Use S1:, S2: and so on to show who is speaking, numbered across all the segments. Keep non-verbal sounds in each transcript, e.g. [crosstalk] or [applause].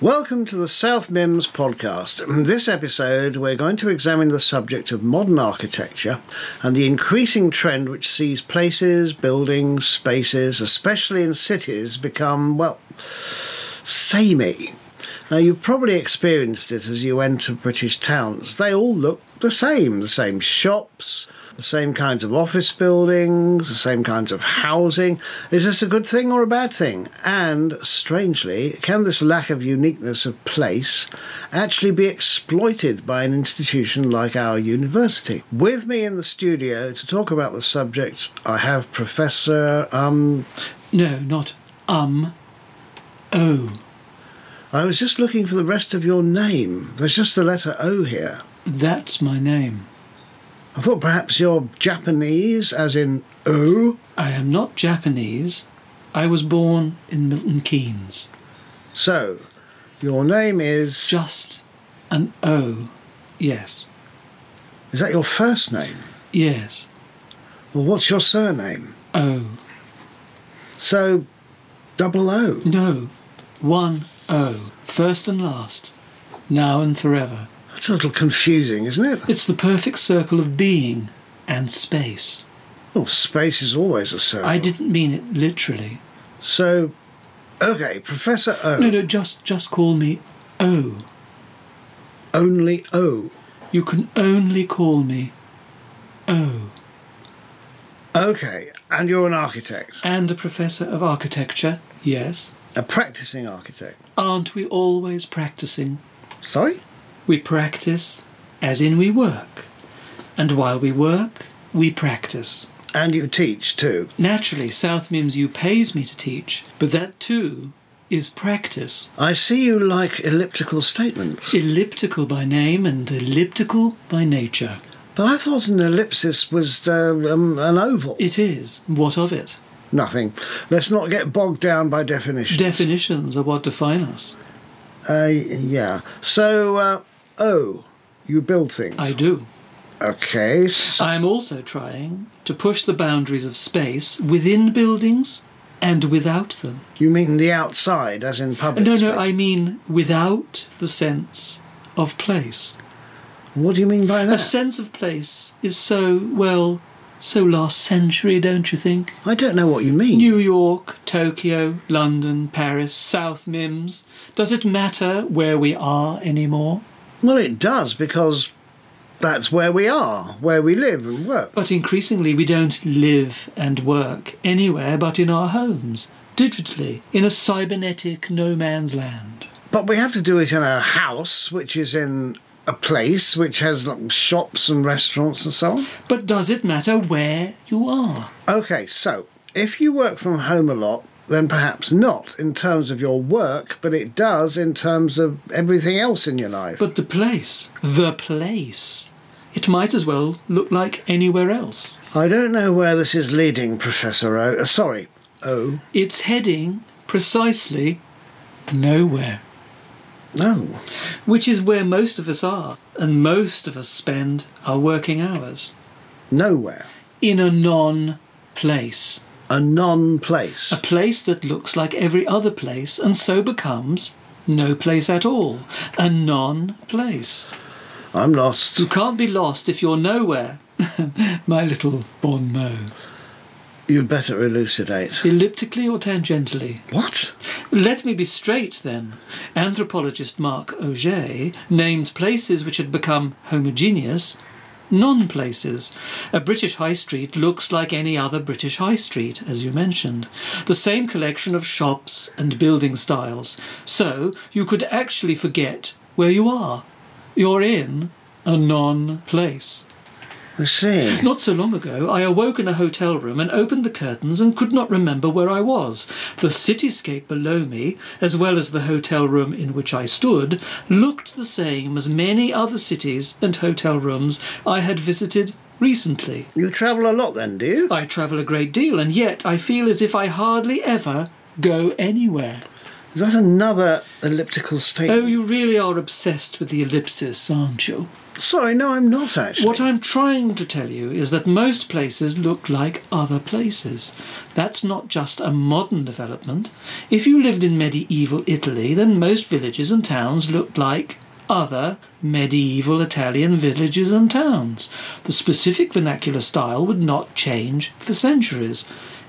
S1: Welcome to the South Mims podcast. [clears throat] This episode, we're going to examine the subject of modern architecture and the increasing trend which sees places, buildings, spaces, especially in cities, become, well, samey. Now, you probably experienced it as you enter British towns. They all look the same the same shops, the same kinds of office buildings, the same kinds of housing. Is this a good thing or a bad thing? And strangely, can this lack of uniqueness of place actually be exploited by an institution like our university? With me in the studio to talk about the subject, I have Professor. Um,
S2: No, not um. Oh,
S1: I was just looking for the rest of your name. There's just the letter O here.
S2: that's my name.
S1: I thought perhaps you're Japanese, as in "Oh." O.
S2: I am not Japanese. I was born in Milton Keynes.
S1: So, your name is.
S2: Just an O. Yes.
S1: Is that your first name?
S2: Yes.
S1: Well, what's your surname?
S2: O.
S1: So, double O.
S2: No. One O. First and last. Now and forever.
S1: That's a little confusing, isn't it?
S2: It's the perfect circle of being and space.
S1: Oh, space is always a circle.
S2: I didn't mean it literally.
S1: So, okay, Professor O.
S2: No, no, just just call me O.
S1: Only O.
S2: You can only call me O.
S1: Okay, and you're an architect,
S2: And a professor of architecture, yes.
S1: a practicing architect.
S2: Aren't we always practicing?
S1: Sorry?
S2: We practice as in we work. And while we work, we practice.
S1: And you teach too.
S2: Naturally, South Mims U pays me to teach, but that too is practice.
S1: I see you like elliptical statements,
S2: Elliptical by name and elliptical by nature.
S1: but I thought an ellipsis was uh, um, an oval.
S2: It is. What of it?
S1: Nothing. Let's not get bogged down by definitions.
S2: Definitions are what define us.
S1: Uh, yeah. So, uh, oh, you build things.
S2: I do.
S1: Okay. s-
S2: I am also trying to push the boundaries of space within buildings and without them.
S1: You mean the outside, as in public?
S2: No, no,
S1: space.
S2: I mean without the sense of place.
S1: What do you mean by
S2: A
S1: that?
S2: sense of place is so, well, so last century, don't you think?
S1: I don't know what you mean.
S2: New York, Tokyo, London, Paris, South Mims. Does it matter where we are anymore?
S1: Well, it does because that's where we are, where we live and work.
S2: But increasingly, we don't live and work anywhere but in our homes, digitally, in a cybernetic no man's land.
S1: But we have to do it in a house, which is in a place which has like, shops and restaurants and so on.
S2: But does it matter where you are?
S1: Okay, so if you work from home a lot, then perhaps not in terms of your work, but it does in terms of everything else in your life.
S2: But the place, the place, it might as well look like anywhere else.
S1: I don't know where this is leading, Professor O. Uh, sorry, O.
S2: It's heading precisely nowhere,
S1: No.
S2: which is where most of us are, and most of us spend our working hours
S1: Nowhere.
S2: in a non place.
S1: A non
S2: [laughs]
S1: place.
S2: A place that looks like every other place and so becomes no place at all. A non place.
S1: I'm lost.
S2: You can't be lost if you're nowhere. [laughs] My little bon mot.
S1: You'd better elucidate.
S2: Elliptically or tangentially?
S1: What?
S2: Let me be straight then. Anthropologist Marc Auger named places which had become homogeneous non places. A British high street looks like any other British high street, as you mentioned. The same collection of shops and building styles. So you could actually forget where you are. You're in a non place.
S1: I see.
S2: Not so long ago, I awoke in a hotel room and opened the curtains and could not remember where I was. The cityscape below me, as well as the hotel room in which I stood, looked the same as many other cities and hotel rooms I had visited recently.
S1: You travel a lot then, do you?
S2: I travel a great deal, and yet I feel as if I hardly ever go anywhere.
S1: Is that another elliptical statement?
S2: Oh, you really are obsessed with the ellipsis, aren't you?
S1: Sorry, no, I'm not actually.
S2: What I'm trying to tell you is that most places look like other places. That's not just a modern development. If you lived in medieval Italy, then most villages and towns looked like other medieval Italian villages and towns. The specific vernacular style would not change for centuries.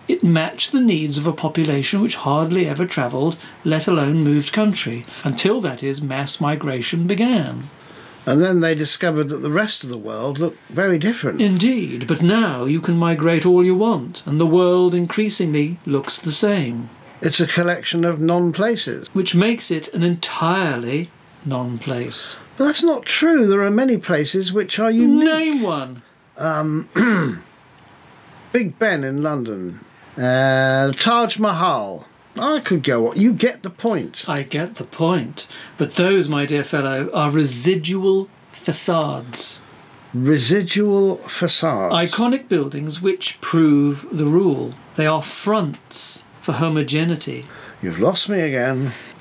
S2: It matched the needs of a population which hardly ever travelled, let alone moved country, until that is, mass migration began.
S1: And then they discovered that the rest of the world looked very different.
S2: Indeed, but now you can migrate all you want, and the world increasingly looks the same,
S1: It's a collection of non places.
S2: which makes it an entirely non place.
S1: That's not true. There are many places which are unique. Um,
S2: Name one.
S1: [clears throat] Big Ben in London, uh, Taj Mahal. I could go on. You get the point.
S2: I get the point, but those, my dear fellow, are residual facades.
S1: Residual facades.
S2: Iconic buildings which prove the rule. They are fronts for homogeneity.
S1: You've lost me again.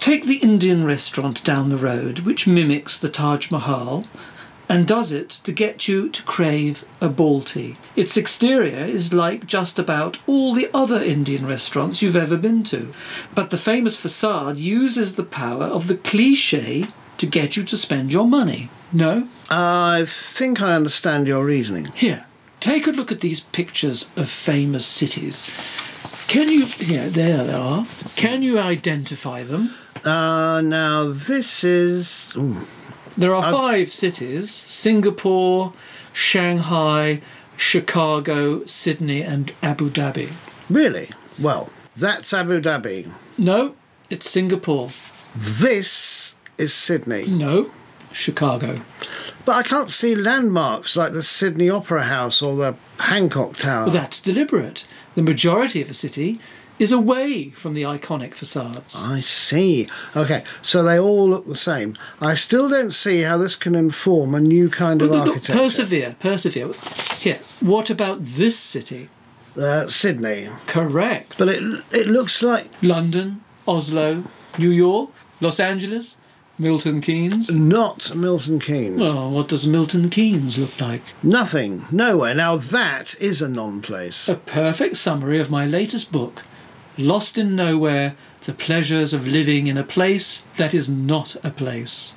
S2: Take the Indian restaurant down the road, which mimics the Taj Mahal, and does it to get you to crave a balti. Its exterior is like just about all the other Indian restaurants you've ever been to, but the famous facade uses the power of the cliche to get you to spend your money. No?
S1: I think I understand your reasoning.
S2: Here, take a look at these pictures of famous cities. Can you, yeah, there they are. Can you identify them?
S1: Uh, now, this is. Ooh,
S2: There are five cities Singapore, Shanghai, Chicago, Sydney, and Abu Dhabi.
S1: really? Well, that's Abu Dhabi.
S2: No, it's Singapore.
S1: This is Sydney.
S2: No, Chicago.
S1: But I can't see landmarks like the Sydney Opera House or the Hancock Tower.
S2: That's deliberate. The majority of a city is away from the iconic facades.
S1: I see. Okay, so they all look the same. I still don't see how this can inform a new kind of
S2: Look, look,
S1: architecture.
S2: persevere, persevere. Here, what about this city?
S1: uh, Sydney,
S2: Correct.
S1: but it it looks like
S2: London, Oslo, New York, Los Angeles, Milton Keynes.
S1: not Milton Keynes.
S2: Oh, what does Milton Keynes look like?
S1: Nothing, nowhere. Now that is a non-place.
S2: A perfect summary of my latest book, Lost in Nowhere The Pleasures of Living in a Place That Is Not a Place.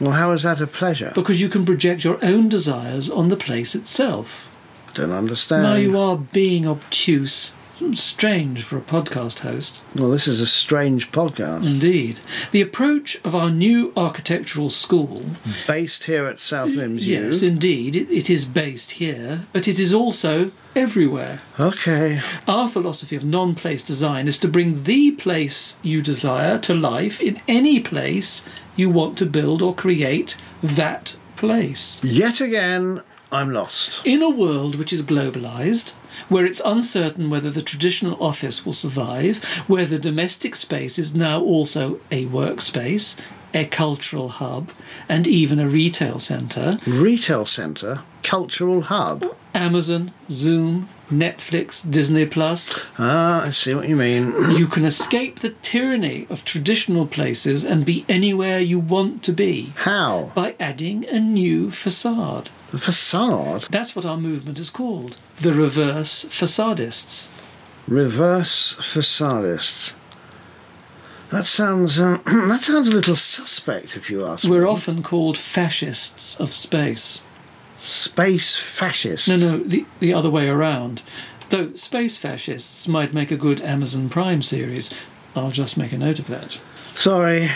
S1: Well, how is that a pleasure?
S2: Because you can project your own desires on the place itself.
S1: Don't understand.
S2: now you are being obtuse. Strange for a podcast host.
S1: Well, this is a strange podcast
S2: Indeed. The approach of our new architectural school
S1: based here at South Mims. U.
S2: Mm. yes, indeed, it, it is based here, but it is also everywhere.
S1: Okay.
S2: Our philosophy of non place design is to bring the place you desire to life in any place you want to build or create that place.
S1: Yet again, I'm lost.
S2: In a world which is globalized, where it's uncertain whether the traditional office will survive, where the domestic space is now also a workspace, a cultural hub, and even a retail centre,
S1: Retail centre, cultural hub.
S2: Amazon, Zoom, Netflix, Disney Plus,
S1: Ah, I see what you mean.
S2: You can escape the tyranny of traditional places and be anywhere you want to be
S1: How?
S2: by adding a new facade.
S1: The facade?
S2: That's what our movement is called the reverse facadists.
S1: Reverse facadists. That sounds uh, [clears throat] that sounds a little suspect, if you ask
S2: We're
S1: me.
S2: often called fascists of space.
S1: Space fascists.
S2: No, no, the, the other way around. Though space fascists might make a good Amazon Prime series. I'll just make a note of that.
S1: Sorry,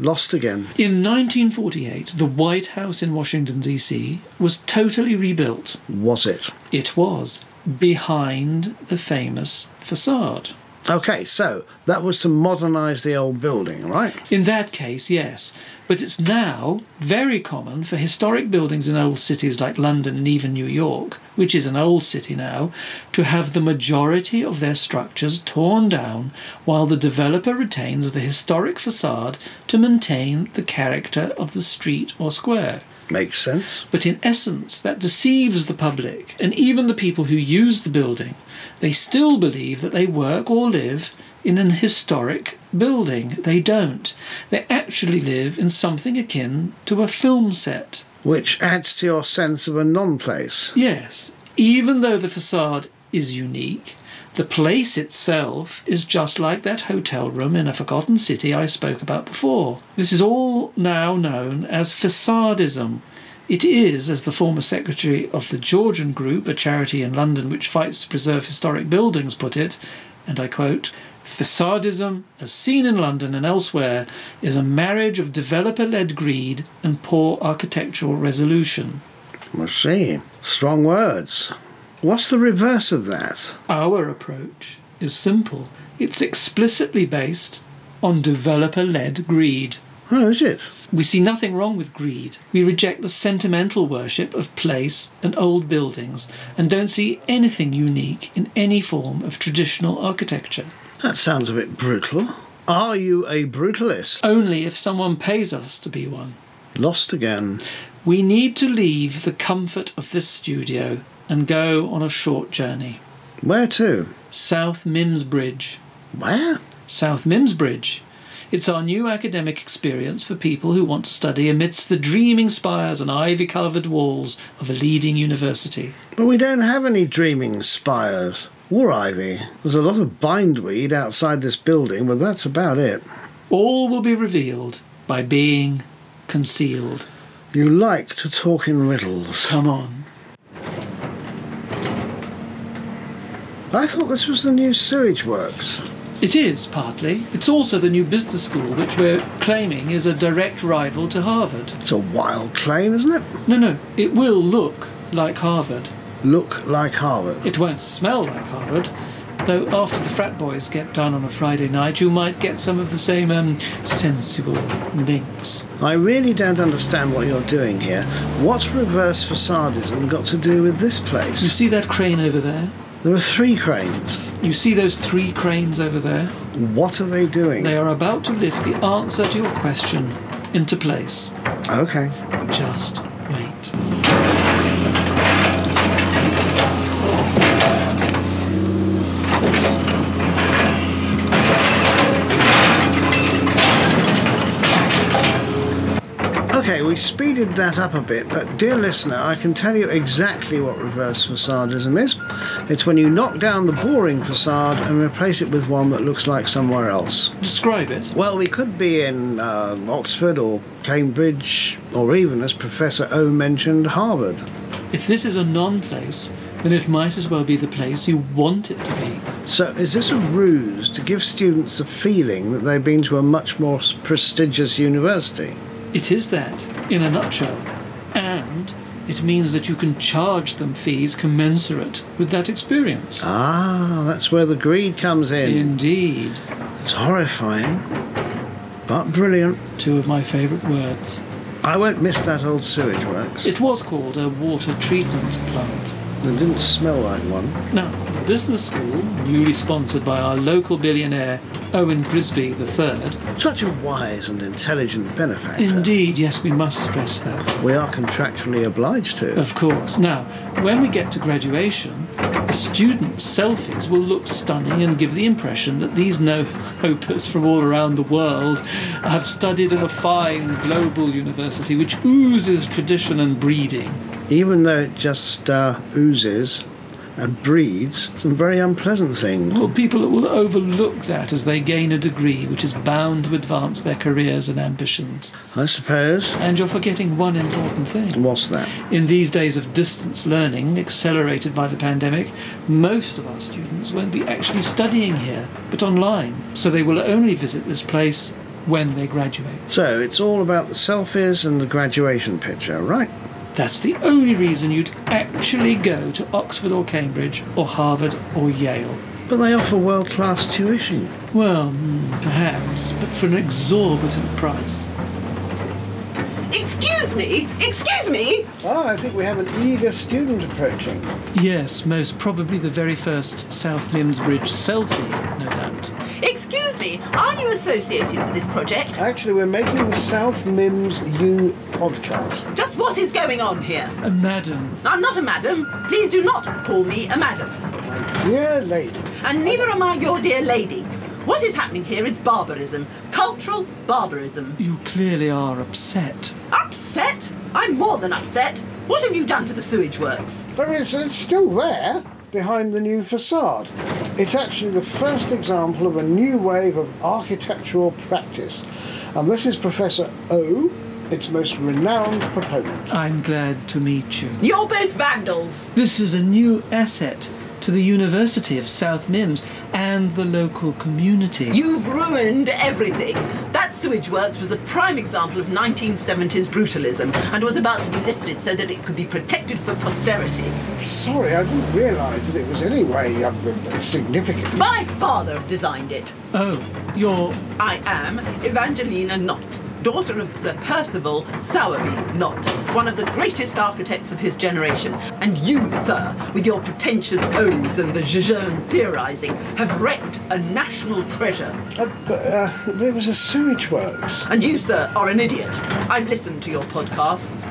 S1: lost again.
S2: In 1948, the White House in Washington, D.C. was totally rebuilt.
S1: Was it?
S2: It was behind the famous facade.
S1: Okay, so that was to modernise the old building, right?
S2: In that case, yes. But it's now very common for historic buildings in old cities like London and even New York, which is an old city now, to have the majority of their structures torn down while the developer retains the historic facade to maintain the character of the street or square.
S1: Makes sense.
S2: But in essence, that deceives the public and even the people who use the building. They still believe that they work or live in an historic building. They don't. They actually live in something akin to a film set.
S1: which adds to your sense of a non place.
S2: Yes, even though the facade is unique, the place itself is just like that hotel room in a forgotten city I spoke about before. This is all now known as facadism. It is, as the former secretary of the Georgian Group, a charity in London which fights to preserve historic buildings, put it, and I quote, Facadism, as seen in London and elsewhere, is a marriage of developer led greed and poor architectural resolution.
S1: I see. Strong words. What's the reverse of that?
S2: Our approach is simple. It's explicitly based on developer led greed.
S1: Oh, is it?
S2: We see nothing wrong with greed. We reject the sentimental worship of place and old buildings and don't see anything unique in any form of traditional architecture.
S1: That sounds a bit brutal. Are you a brutalist?
S2: Only if someone pays us to be one.
S1: Lost again.
S2: We need to leave the comfort of this studio and go on a short journey.
S1: Where to?
S2: South Mims Bridge.
S1: Where?
S2: South Mims Bridge. It's our new academic experience for people who want to study amidst the dreaming spires and ivy covered walls of a leading university.
S1: But we don't have any dreaming spires or ivy. There's a lot of bindweed outside this building, but that's about it.
S2: All will be revealed by being concealed.
S1: You like to talk in riddles.
S2: Come on.
S1: I thought this was the new sewage works.
S2: It is, partly. It's also the new business school, which we're claiming is a direct rival to Harvard.
S1: It's a wild claim, isn't it?
S2: No, no, it will look like Harvard.
S1: Look like Harvard.
S2: It won't smell like Harvard, though after the frat boys get done on a Friday night, you might get some of the same um, sensual links.
S1: I really don't understand what you're doing here. What's reverse facadism got to do with this
S2: You
S1: place?
S2: see that crane over there?
S1: There are three cranes.
S2: You see those three cranes over there?
S1: What are they doing?
S2: They are about to lift the answer to your question into place.
S1: Okay.
S2: Just wait.
S1: Okay, we speeded that up a bit, but dear listener, I can tell you exactly what reverse facadism is. It's when you knock down the boring facade and replace it with one that looks like somewhere else.
S2: Describe it.
S1: Well, we could be in uh, Oxford or Cambridge, or even, as Professor O mentioned, Harvard.
S2: If this is a non place, then it might as well be the place you want it to be.
S1: So, is this a ruse to give students the feeling that they've been to a much more s- prestigious university?
S2: It is that, in a nutshell. And it means that you can charge them fees commensurate with that experience.
S1: Ah, that's where the greed comes in.
S2: Indeed.
S1: It's horrifying, but brilliant.
S2: Two of my favourite words.
S1: I won't miss that old sewage works. It
S2: It was called a water treatment plant.
S1: didn't smell like one.
S2: Now, the business school, newly sponsored by our local billionaire Owen Brisby III.
S1: Such a wise and intelligent benefactor.
S2: Indeed, yes, we must stress that.
S1: We are contractually obliged to.
S2: Of course. Now, when we get to graduation, the students' selfies will look stunning and give the impression that these no [laughs] hopers from all around the world have studied in a fine global university which oozes tradition and breeding.
S1: Even though it just uh, oozes and breeds some very unpleasant things.
S2: Well, people will overlook that as they gain a degree which is bound to advance their careers and ambitions.
S1: I suppose.
S2: And you're forgetting one important thing.
S1: What's that?
S2: In these days of distance learning, accelerated by the pandemic, most of our students won't be actually studying here, but online, so they will only visit this place when they graduate.
S1: So it's all about the selfies and the graduation picture, right?
S2: That's the only reason you'd actually go to Oxford or Cambridge or Harvard or Yale.
S1: But they offer world class tuition.
S2: Well, mm, perhaps, but for an exorbitant price.
S3: Excuse me! Excuse me!
S1: Oh, I think we have an eager student approaching.
S2: Yes, most probably the very first South Limsbridge selfie, no doubt.
S3: Excuse me! Are you associated with this project?
S1: Actually, we're making the South Mims U podcast.
S3: Just what is going on here?
S2: A Uh, madam.
S3: I'm not a madam. Please do not call me a madam.
S1: Dear lady,
S3: And neither am I your dear lady. What is happening here is barbarism, cultural barbarism.
S2: You clearly are upset.
S3: Upset? I'm more than upset. What have you done to the sewage works?
S1: I mean, it's, it's still there behind the new facade. It's actually the first example of a new wave of architectural practice. And this is Professor O, its most renowned proponent.
S2: I'm glad to meet you.
S3: You're both vandals.
S2: This is a new asset to the University of South Mims and the local community.
S3: You've ruined everything. That sewage works was a prime example of 1970s brutalism and was about to be listed so that it could be protected for posterity.
S1: Sorry, I didn't realise that it was anyway um, significant.
S3: My father designed it.
S2: oh, you're.
S3: I am Evangelina Knott, daughter of Sir Percival Sowerby Knott, one of the greatest architects of his generation. And you, sir, with your pretentious O's and the Jejune theorising, have wrecked a national treasure.
S1: Uh, but, uh, it was a sewage works.
S3: And you, sir, are an idiot. I've listened to your podcasts,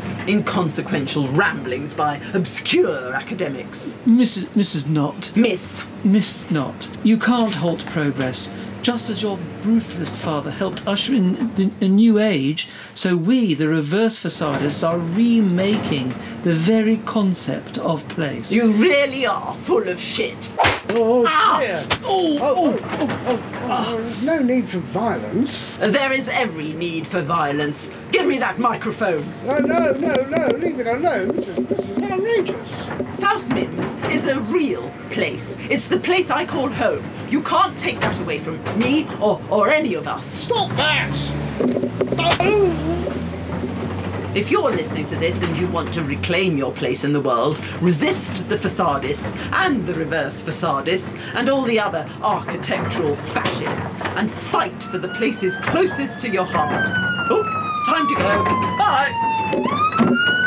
S3: inconsequential ramblings by obscure academics.
S2: Mrs. Mrs. Knott.
S3: Miss,
S2: Miss Knott. You can't halt progress. Just as your brutalist father helped usher in the- a new age, so we, the reverse facadists, are remaking the very concept of place.
S3: you really are full of shit.
S1: Oh, dear.
S2: Oh,
S1: Oh,
S2: oh, oh,
S1: oh, there's no need for violence.
S3: There is every need for violence. Give me that microphone.
S1: No, Uh, no, no, no, leave it alone. This is, this is outrageous.
S3: South Mims is a real place. It's the place I call home. You can't take that away from me or, or any of us.
S1: Stop that! Oh!
S3: If you're listening to this and you want to reclaim your place in the world, resist the facadists and the reverse facadists and all the other architectural fascists and fight for the places closest to your heart. Oh, time to go. Bye.